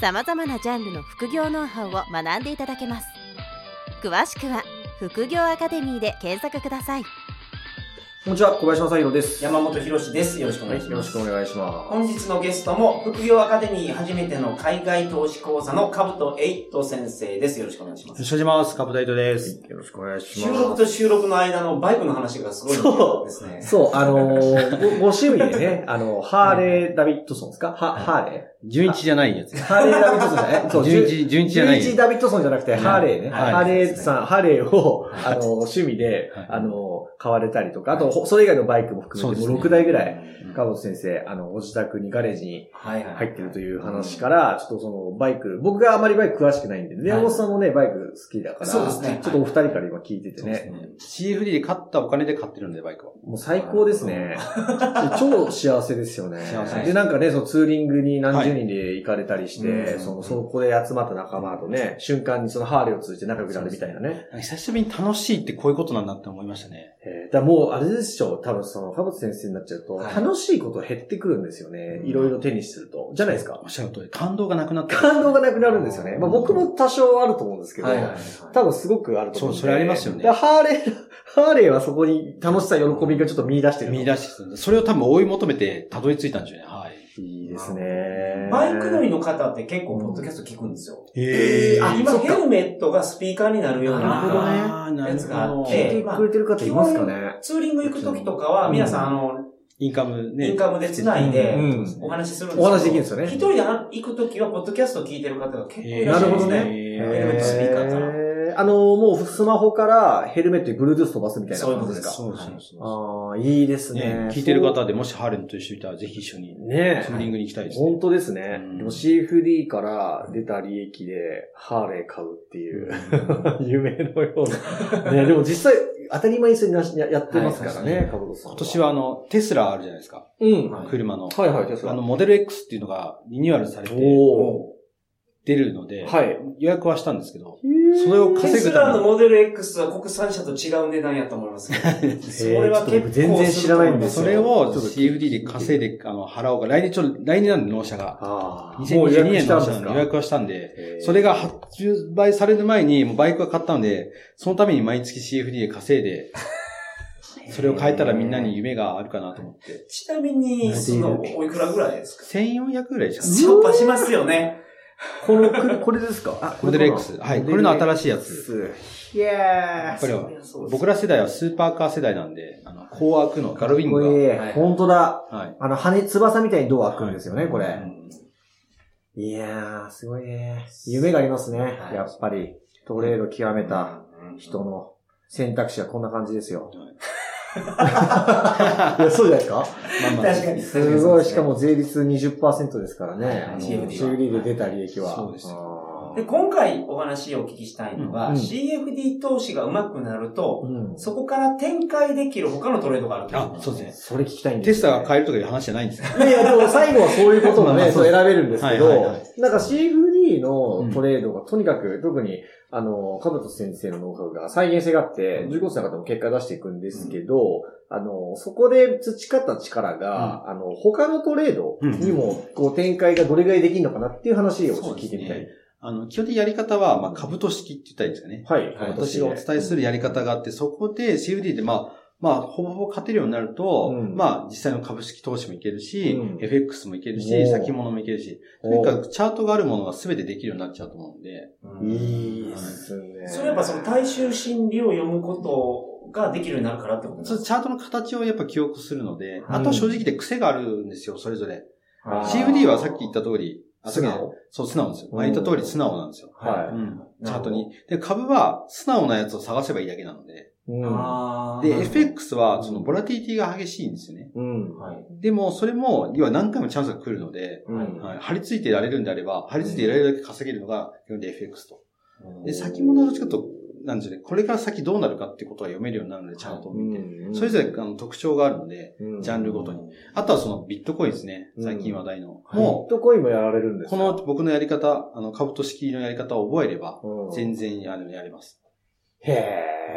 さまざまなジャンルの副業ノウハウを学んでいただけます詳しくは「副業アカデミー」で検索くださいこんにちは、小林正宏です。山本博史です。よろしくおは願いい、しよまろしす。くお願いしま本日のゲストも、副業アカデミー初めての海外投資講座のカブトエイト先生です。よろしくお願いしますよろ。しくお願いします。カブダイトですす。。よろしくお願いし収録まと収録の間のバイクの話がすごいそうですね。す。そう、あのーご、ご 趣味でね、あの、ハーレー・ダビッドソンですかは、はいハーレ純一じゃない やつー。。ハーレー・ダビッドソンじゃ ないそう、純一、純一じゃない11やダビッドソンじゃなくて、はいハーレーね。はいハーレーさん、ハーレーを、はいあの、趣味ではい、あの、買われたりとか、あと、ほそれ以外のバイクも含めて、そうですもねう6台ぐらい、い川本先生、あの、ご自宅にガレージにはいはい。入ってるという話から、ちょっとその、バイク、僕があまりバイク詳しくないんで、宮本さんもね、バイク好きだから、そうですねちょっとお二人から今聞いててそうですね、ね。CFD で買ったお金で買ってるんで、バイクは。もう最高ですね。超幸せですよね。幸せですで、なんかね、そのツーリングに何十人で行かれたりして、はいその、そこで集まった仲間とね、瞬間にそのハーレーを通じて仲良くなるみたいなね。久しぶりに楽しいってこういうことなんだって思いましたね。えーだからもう、あれでしょ、多分その、かぶ先生になっちゃうと、はい楽しいこと減ってくるんですよね。うんいろいろ手にすると。じゃないですかお。っしゃる通り、感動がなくなった。感動がなくなるんですよね。まあ僕も多少あると思うんですけど、はいはいはい。多分すごくあると思うんでそうそれありますよねだからハーレー、ハーレーはそこに楽しさ、喜びがちょっと見出してる。見出してたそれを多分追い求めて、たどり着いたんでしょうね。はい。いいですね。バイク乗りの方って結構ポッドキャスト聞くんですよ。へーあ、そ今っかヘルメットがスピーカーになるようなるほどねな。あーなるほど。やつがあって聞いてくれてる方いますかね。ツーリング行く時とかは、皆さん、あの、インカムね。インカムで繋いで、うんお話しするんですお話しできるんですよね一人で行くときは、ポッドキャストを聞いてる方が結構いらなっしゃるいほまどすねね。へえヘルメットスピーカーからーあの、もうスマホからヘルメットに Bluetooth 飛ばすみたいなそういう感ことじでですす。か。そうそうそああ、いいですう。ねね。聞いてる方でもしハーレムと一緒にいたら、ぜひ一緒にそう。ねツーリングに行きたいですね本。当ですね。うんでも CFD から出た利益でハーレー買うっていう、 夢のような。ね、でも実際、当たり前にそれなしややってますからはねい、カブトさん。今年はあ、の、テスラあるじゃないですか。うん。ははい車の。いはい、テスラあの、モデル X っていうのがリニューアルされて、お出るので、はい予約はしたんですけど、それをテ稼スぐたラのめに、モデル X は国産車と違う値段やと思いますけ どそれは結構えーちょっと僕全然知らないんですよそれをちょっと CFD で稼いで、あの、払おうが、来年ちょ、来年なんで納車が。ああ、もう予2022約し年たのん納で車すのか予約はしたんで、それが発売される前にもうバイクは買ったので、そのために毎月 CFD で稼いで、それを変えたらみんなに夢があるかなと思って。ちなみに、その、おいくらぐらいですか1400ぐらいじゃん。やっぱしますよね。このく、これですかあモデル X。はい。これの新しいやつ。い。いややっぱりはそうです僕ら世代はスーパーカー世代なんで、あの、こう開くの、ガルウィンこグれ、はい本当だ。が。はい。 あの、羽、翼みたいにドア開くんですよね、こうれ。んいやー、すごいね。夢がありますね、はいやっぱり。トレード極めた人うんの選択肢はこんな感じですよ。はいいや、そうじゃないですかまあまあ確かに。すごい、しかも税率20%ですからはいね。あの CFD は CFD で出た利益は。そうですあーで、今回お話をお聞きしたいのが、うん CFD 投資がうまくなると、うん。そこから展開できる他のトレードがあるといことなんあそうですねそれ聞きたいんテですスよねラが買えるとかいう話じゃないんですよ。いやいや、でも最後はそういうことが まあまね、あそう選べるんですけはいはいど、はなんか CFD のトレードがとにかく、特に、あの、かぶと先生のノウハウが再現性があって、うん15歳の方も結果出していくんですけど、あの、そこで培った力が、あの、他のトレードにも、こう、展開がどれぐらいできるのかなっていう話をちょっと聞いてみたそういで。あの、基本的にやり方は、まあ、株と式って言ったらいいんですかね。はい。私がお伝えするやり方があって、そこで CFD で、まあ、まあ、ほぼほぼ勝てるようになると、うんまあ、実際の株式投資もいけるし、うん FX もいけるおし、ー先物もいけるし、とおにかくチャートがあるものが全てできるようになっちゃうと思うんで、うんいいですね。それやっぱその大衆心理を読むことができるようになるからってことなんでそすのかチャートの形をやっぱ記憶するので、あとは正直で癖があるんですよ、それぞれ。あー CFD はさっき言った通り、あ素直。そう、素直ですよ。うんまあ、言った通り素直なんですよ。はうん。ちチゃャんーとトに。で、株は素直なやつを探せばいいだけなので、うん。あで、FX は、その、ボラティリティが激しいんですよね。うん。はい。でも、それも、要は何回もチャンスが来るので、うんはい、張り付いてられるんであれば、張り付いていられるだけ稼げるのが、基本で FX と。で、先物はどっちかというと、なんですよね、これから先どうなるかっていうことが読めるようになるので、ちゃんと見て。うんそれぞれあの特徴があるので、うんジャンルごとに。あとはそのビットコインですね、最近話題の。ビッもトコインもやられるんう、ですこかの、僕のやり方、あの、株式のやり方を覚えれば、うん全然あのやれます。へ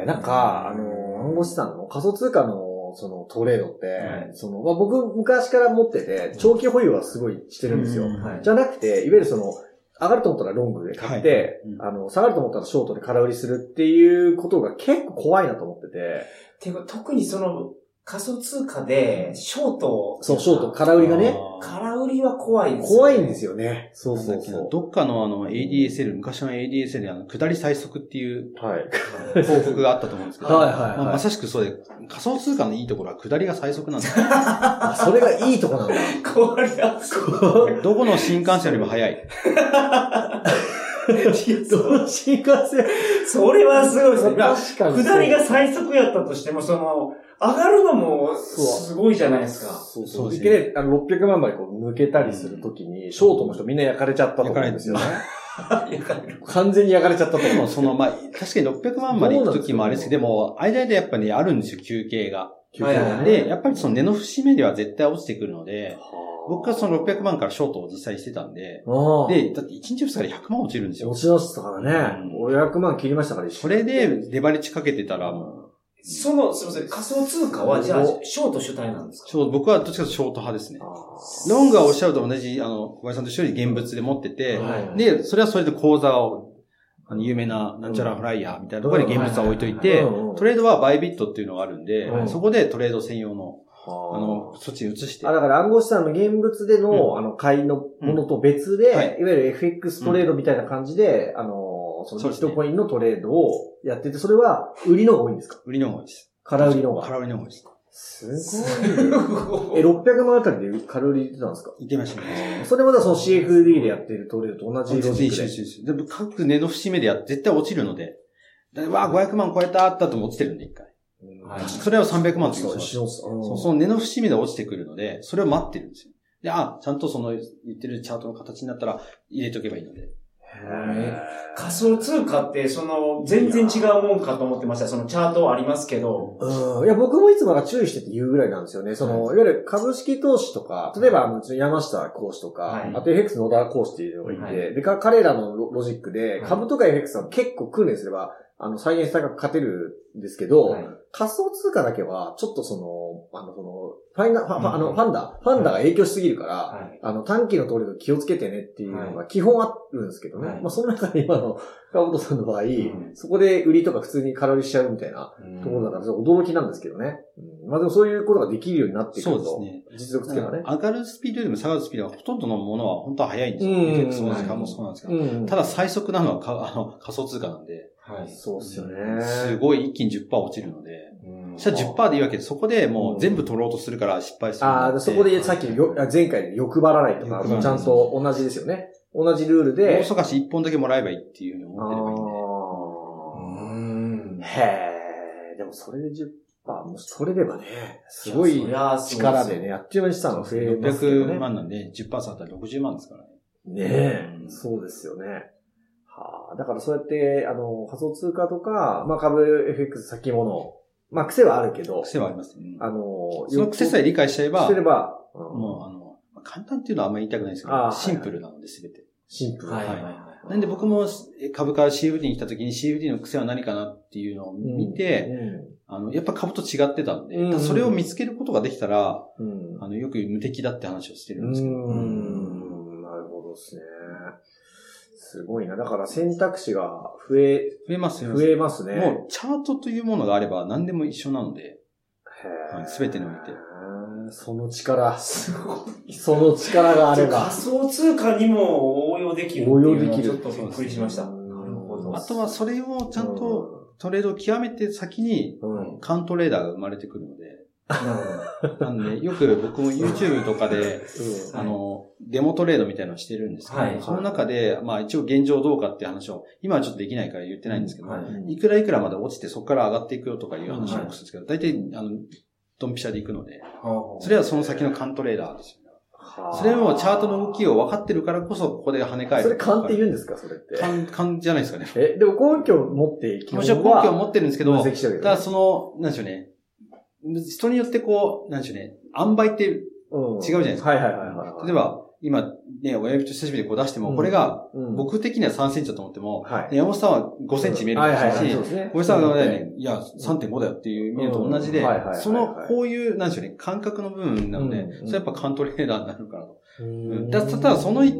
え、なんか、あの、暗号資産の仮想通貨の、そのトレードって、はいその、まあ、僕昔から持ってて、長期保有はすごいしてるんですよ。うんはいじゃなくて、いわゆるその、上がると思ったらロングで買って、はいうんあの、下がると思ったらショートで空売りするっていうことが結構怖いなと思ってて、てか、特にその、仮想通貨で、ショート。そう、ショート、空売りがね、あ空売りは怖いです、怖いんですよ。よね。そーうなんだそっうけなそどっかのあの ADSL、昔の ADSL であの、下り最速っていうう。はい。報告があったと思うんですけど、はいはいはいまあまさしくそうで、仮想通貨のいいところは下りが最速なんですよ。あそれがいいとこなんだ。怖いやつ。怖い。どこの新幹線よりも早い。どの新幹線それはすごい ですね。まあ確かに。下りが最速やったとしても、その、上がるのも、そうすごいじゃないですか。そうそう。そうですねで、あの、600万までこう抜けたりするときに、ショートの人みんな焼かれちゃったと思うんですよね。上がる完全に焼かれちゃったとで思もう。その、まあ、確かに600万まで行く時もあれですけど、でも、間でやっぱね、あるんですよ、休憩が。はいはいはいで、やっぱりその根の節目では絶対落ちてくるので、僕はその600万からショートを実際してたんで、ので、で、だって1日2日で100万落ちるんですよ持。ち出したからねう、ん俺100万切りましたから一緒これで、レバレッジかけてたら、その、すみません、仮想通貨は、じゃあ、ショート主体なんですかちょうど僕はどっちかというとショート派ですねあ。ーロングはおっしゃると同じ、あの、小林さんと一緒に現物で持ってて、はいで、それはそれで口座を、あの、有名な、なんちゃらフライヤーみたいなところに現物は置いといて、うんうんトレードはバイビットっていうのがあるんで、うんそこでトレード専用の、ああのの、、そっちに移してあ、。だから暗号資産の現物でうの、あの、買いのものと別うんはいで、いわゆる FX トレードみたいな感じで、あの、そのそうビでッすねトコインのトレードをやってて、それは売りの方が多いんですか売りの方が多いです。空売りの方が。空売りの方が多いです。すごいな。え、600万あたりで空売りってたんですか行ってみましたね。それもだからその CFD でやってるトレードと同じ全ロジッ然ク一緒で一緒一緒。でも各値の節目でや絶対落ちるので。だわあ、500万超えたったとも落ちてるんで、一回。うんはいそれを300万ってそ言ううんです一よ緒っす。うんそうその値の節目で落ちてくるので、それを待ってるんですよ。で、あ、ちゃんとその言ってるチャートの形になったら入れておけばいいので。へ仮想通貨って、その、全然違うもんかと思ってました。そのチャートはありますけど。ーうん。いや、僕もいつもが注意してて言うぐらいなんですよね。その、いわゆる株式投資とか、例えば、あのうちの山下講師とか、はいあと FX の野田講師っていうのがいて、はいで、か彼らのロロジックでい、株とか FX は結構訓練すれば、あの、再現高く勝てるんですけど、はい仮想通貨だけは、ちょっとその、あの、その、ファイナ、ファ、ファあうの、んファンダ、ファンダが影響しすぎるから、はいあの、短期のトレード気をつけてねっていうのが基本あるんですけどね。はいまあ、その中で今の川本さんの場合、んそこで売りとか普通に空売りしちゃうみたいなところだから、ちょっと驚きなんですけどね。うんまあでもそういうことができるようになってくると、そうですね実力つけばね。上がるスピードよりも下がるスピードがほとんどのものは本当は速いんですうんうんうんよ。FX も時間もそうなんですけど。うんただ、最速なのはか あの仮想通貨なんで、はい。そうっすよね。すごい一気に10%落ちるので、うんそしたら10%でいいわけで、そこでもう全部取ろうとするから失敗するので。ああ、そこでさっきのよ、あ前回の欲張らないとか、欲張らないちゃんと同じですよね。同じルール大で。忙かし1本だけもらえばいいっていうふうに思ってればいいんで。うあーん。へえ、でもそれで10%、もし取れればね、すごいやそりゃそうすよ力でね、あっという間に資産が増えますよね。 600万なんで、10%あったら60万ですからね。ねえ、うんそうですよね。はあ、だからそうやって、あの、仮想通貨とか、まあ株 FX 先物、まあ癖はあるけど、癖はありますね。あの、その癖さえ理解しちゃえばして、れば、うんもうあの、まあ簡単っていうのはあんまり言いたくないですけあど、ーシンプルなので全て。シンプル。はい。はいなんで僕もえ株から CFD に来た時に CFD の癖は何かなっていうのをうん見て、、あの、やっぱ株と違ってたんで、うんうんそれを見つけることができたら、うん。うんあの、よく無敵だって話をしてるんうですけど。ーん、なるほどですね。すごいな。だから選択肢が増え、増えますよ増えますね。もうチャートというものがあれば何でも一緒なので、はい全てにおいてへーその力、 すごい。その力があれば仮。想通貨にも応用できるっていうのは応用できるちょっとびっくりしました。うんなる ほど。あとはそれをちゃんとトレードを極めて先にうん、カントレーダーが生まれてくるので、なるほ ど。なんで、よく僕も YouTube とかで、うあの、デモトレードみたいなのしてるんですけど、はいその中で、まあ一応現状どうかっていう話を、今はちょっとできないから言ってないんですけど、はい。んいくらいくらまで落ちてそこから上がっていくよとかいう話をよくするんですけど、大体、あの、ドンピシャで行くので、それはその先の勘トレーダーですよね。はあそれもチャートの動きを分かってるからこそ、ここで跳ね返る。それ勘って言うんですかそれって。勘、勘じゃないですか ね。え、でも根拠を持って、基も本ちろん根拠を持ってるんですけど、分析してるけたどだね。その、なんでしょうね。人によってこう、なんでしょうね。塩梅って、例うん違うじゃないですかはいはいはいはいはい。えば、今、ね、親指と人差し指でこう出してうも、んこれが、うん、僕的には3センチだと思っても、はい。山本さんは5センチ見えるかはいもしはいはれないいしそう、ですね。親父さんがね、いや、3.5だよっていう見ると同じでうんはいはいはいは、いその、こういう、なんでしょうね、感覚の部分なのでうん、それやっぱカントレーダーになるからと。うんだただ、その、い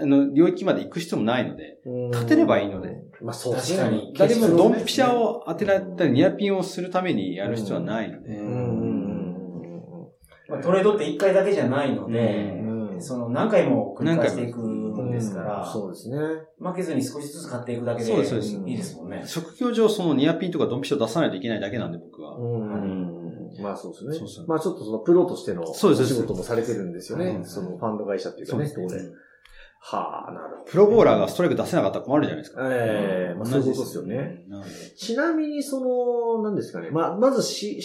あの、領域まで行く必要もないので、立てればいいので。まあそう確かに誰もドンピシャを。を当てられたり、ニアピンをするためにやる必要はないので。ううんうんうんまあ、トレードって一回だけじゃないので、うんうんその何回も繰り返していくもんですから、うんそうですね。負けずに少しずつ買っていくだけで、そうですそうですいいですもんね。職業上、そのニアピンとかドンピシャを出さないといけないだけなんで、僕は。うんまあそうですね。そうそうまあちょっとそのプロとしてのおそうです仕事もされてるんですよそうねで。すそのファンド会社っていうかね、そうです当然はあ、なるほど。プロボーラーがストライク出せなかったら困るじゃないですか。ええまあそういうことですよね。。なのでちなみに、その、何ですかね。まあ、まず、C、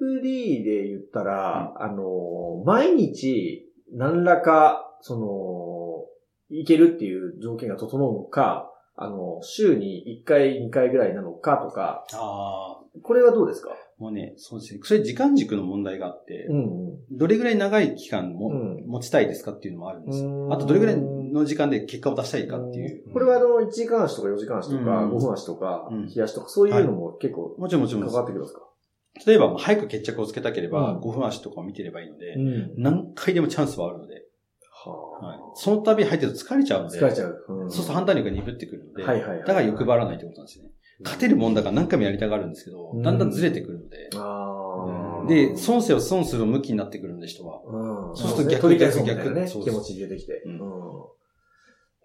CFD で言ったら、あの、毎日、何らか、その、いけるっていう条件が整うのか、あの、週に1回、2回ぐらいなのかとか、ああ、これはどうですかもうね、そうですね。それ時間軸の問題があって、ん、うん。どれぐらい長い期間も、うん持ちたいですかっていうのもあるんですうよ。んあと、どれぐらいの時間で結果を出したいかっていう。これは、あの、1時間足とか4時間足とか、うん5分足とか、うん冷やしとか、そういうのも結構、もちろんもちろんかでかってくるんですか、す。例えば、まあ早く決着をつけたければ、うん5分足とかを見てればいいので、ん。何回でもチャンスはあるので、ははいその度入ってると疲れちゃうのあ、で、疲れちゃう。うんそうすると判断力が鈍ってくるので、はいはいはいだから欲張らないってことなんですよね。勝てるもんだから何回もやりたがるんですけどう、んだんだんずれてくるので、ああ。で、損せを損する向きになってくるんで、人は。うんそうすると逆取り返すみたいなね、逆気持ち出てきて。ううんん。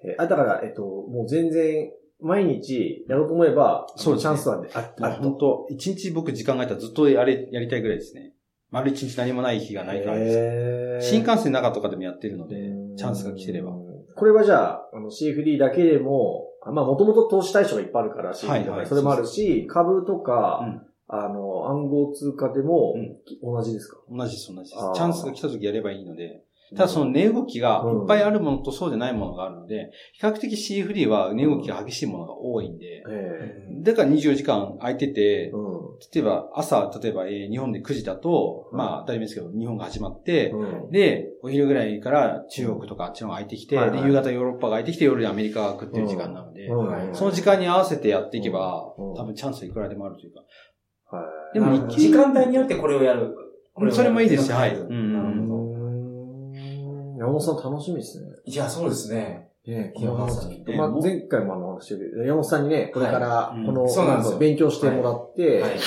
えあ、だから、えっと、もう全然、毎日やろうと思えば、そうでチすャねンスはあある本と。当一日僕時間が空いたらずっとやれ、やりたいぐらいですね。丸一日何もない日がないからです。へー新幹線の中とかでもやってるのでうん、チャンスが来てれば。これはじゃあ、あの CFD だけでも、あまあ、もともと投資対象がいっぱいあるから、CFD とはいはいか、それもあるし、株とうかん、あの、暗号通貨でもうん、同じですか同じです、同じですあ。ーチャンスが来た時やればいいので、ただその、値動きがいっぱいあるものとそうでないものがあるので、比較的 CFD は値動きが激しいものが多いんで、ええだから24時間空いてて、うん。例えば朝、例えば、えー日本で9時だと、うんまあ当たり前ですけど、日本が始まって、うんで、お昼ぐらいから中国とかあっちの方が空いてきて、はいはいで夕方ヨーロッパが空いてきて、夜アメリカが空くっていう時間なので、うんその時間に合わせてやっていけば、うん多分チャンスいくらでもあるというか。はいでも一時間帯によってこれをやる。こをやるそれもいいですしはいなるほどうんうーん山本さん楽しみですね。いや、そうですね。ね山本さんにこのまあえー前回もあの話してるけど、山本さんにね、これからはい、この、うんそうなんですよ勉強してもらって、はい。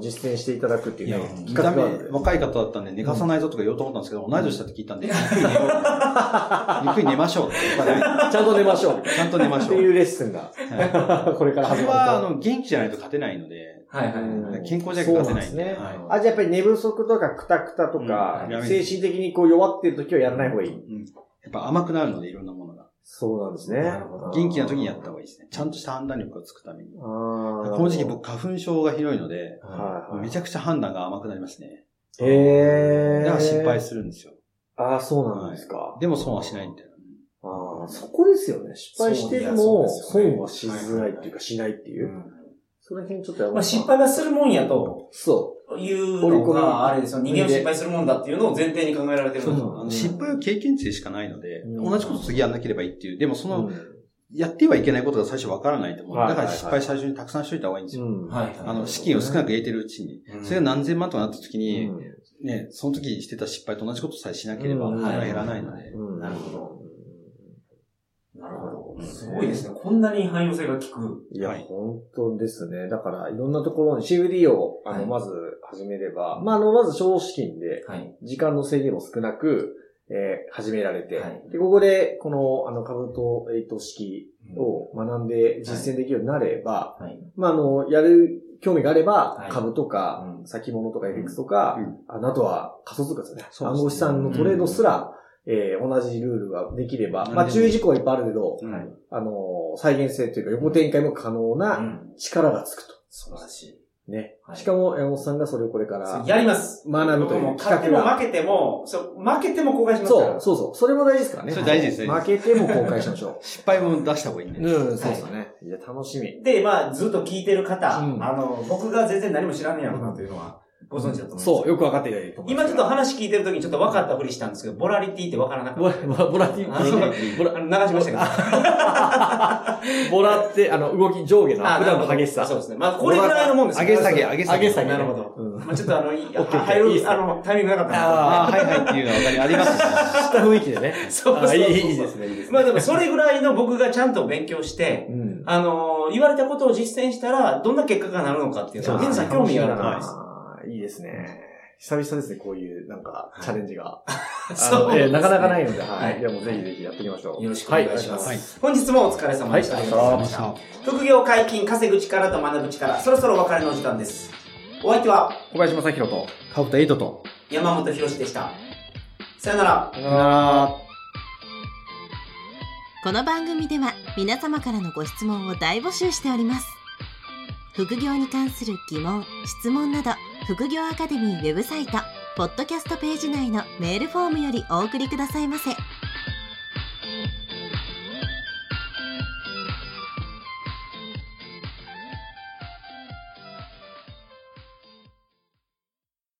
実践していただくっていいうやね、、見企た画目があるんで。若い方だったんで、寝かさないぞとか言おうと思ったんですけど、同い年だって聞いたんで、ゆっくり 寝よう。ゆっくり寝ましょうって言わな い。ちゃんと寝ましょう。ちゃんと寝まっしてょいうう。レッスンが、は いこれからそ始れまは、あると。の、元気じゃないと勝てないので、はいはいはい。うん健康じゃ勝てないんで。そうはいあ、じゃあやっぱり寝不足とかくたくたとかうんや、めて精神的にこう弱ってる時はやらない方がいい。うんやっぱ甘くなるので、いろんなものが。そうなんですね。なるほど元気な時にやった方がいい。がいいですね。ちゃんとした判断力をつくために。あこーの時期、僕、花粉症がひどいので、はいはいめちゃくちゃ判断が甘くなりますね。へーだから心配するんですよ。ああ、そうなんですか。でも損はしないみたいな。ああ、そこですよね。失敗しても、そういや損はしそうですよづねらいっていうか、しないっていうう。んその辺ちょっとやばいまあ、失敗はするもんやとそいうのが、あれですよ。人間は失敗するもんだっていうのを前提に考えられてるんですうよあの失敗は経験値でしかないので、うん。同じこと次やんなければいいっていう。でもそうの、うんやってはいけないことが最初わからないと思う。はいだから失敗最初にたくさんしといた方がいいんですよ。うんはいはい。あの、資金を少なく得てるうちに。うんそれが何千万とかなった時に、うんね、その時してた失敗と同じことさえしなければ、うんそれは減らないので。うんなるほどなるほど。すごいですね。こんなに汎用性が効く。いや、はい本当ですね。だから、いろんなところに CFD を、あはいの、まず始めれば、まあ、あの、まず少資金で、はい。時間の制限も少なく、えー始められて、はいで、ここで、この、あの、株と、えっと、式を学んで実践できるようになれば、はい。まあ、あの、やる、興味があればは、い株とかう、ん先物とか FX とか、あのあとは仮想通貨ですよね。そうですね暗号資産のトレードすら、えー同じルールができれば、うんまあ、注意事項はいっぱいあるけど、うんはいあの、再現性というか横展開も可能う。なん力がつくと。素晴らしい。ねは。いしかも、山本さんがそれをこれからやります。学ぶと僕いもう勝っ企て画もが。負けても、そう、負けても公開しますかそう、ら。そうそう。それも大事ですからね。それ大事ですねはい負けても公開しまし ょ失敗も出した方がいいねう。。うん、そうですね。いや、楽しみ。で、まあ、ずっと聞いてる方、うんあの、僕が全然何も知らんねやろうなというのは、ご存知だと思います。そう、よくわかっていただいて。今ちょっと話聞いてる時にちょっと分かったふりしたんですけど、ボラリティって分からなかボっラ、ボラボラティ、あそうボた。あラ、の流しましたけど。ボラって、あの、動き上下の、あ普段の激しさ。そうですね。まあ、これぐらいのもんです上よげ下げ、上げ下上げ。げ下げ。なるほどうん。まあ、ちょっとあ の、いオッケー入いいっする、ねあの、タイミングなかったんああ、はいはいっていうのは分かり、あります し。した雰囲気でね。で。 そうそうあそいういいいですね、いいですね。まあでも、それぐらいの僕がちゃんと勉強して、うん。あのー言われたことを実践したら、どんな結果がなるのかっていうのは、そ皆うですさねん興味があるなな。あーいいですね。久々ですね、こういう、なんか、チャレンジが。そうあのえーなかなかないので、ははいい。いや、もうぜひぜひやっていきましょう。よろしくお願いします。はい本日もお疲れ様でした。はいありがとうございました。副業解禁、稼ぐ力と学ぶ力、そろそろお別れのお時間です。お相手は小林正宏と、カブトエイトと、山本博史でした。さよなら。さよならこの番組では皆様からのご質問を大募集しております副業に関する疑問・質問など副業アカデミーウェブサイトポッドキャストページ内のメールフォームよりお送りくださいませ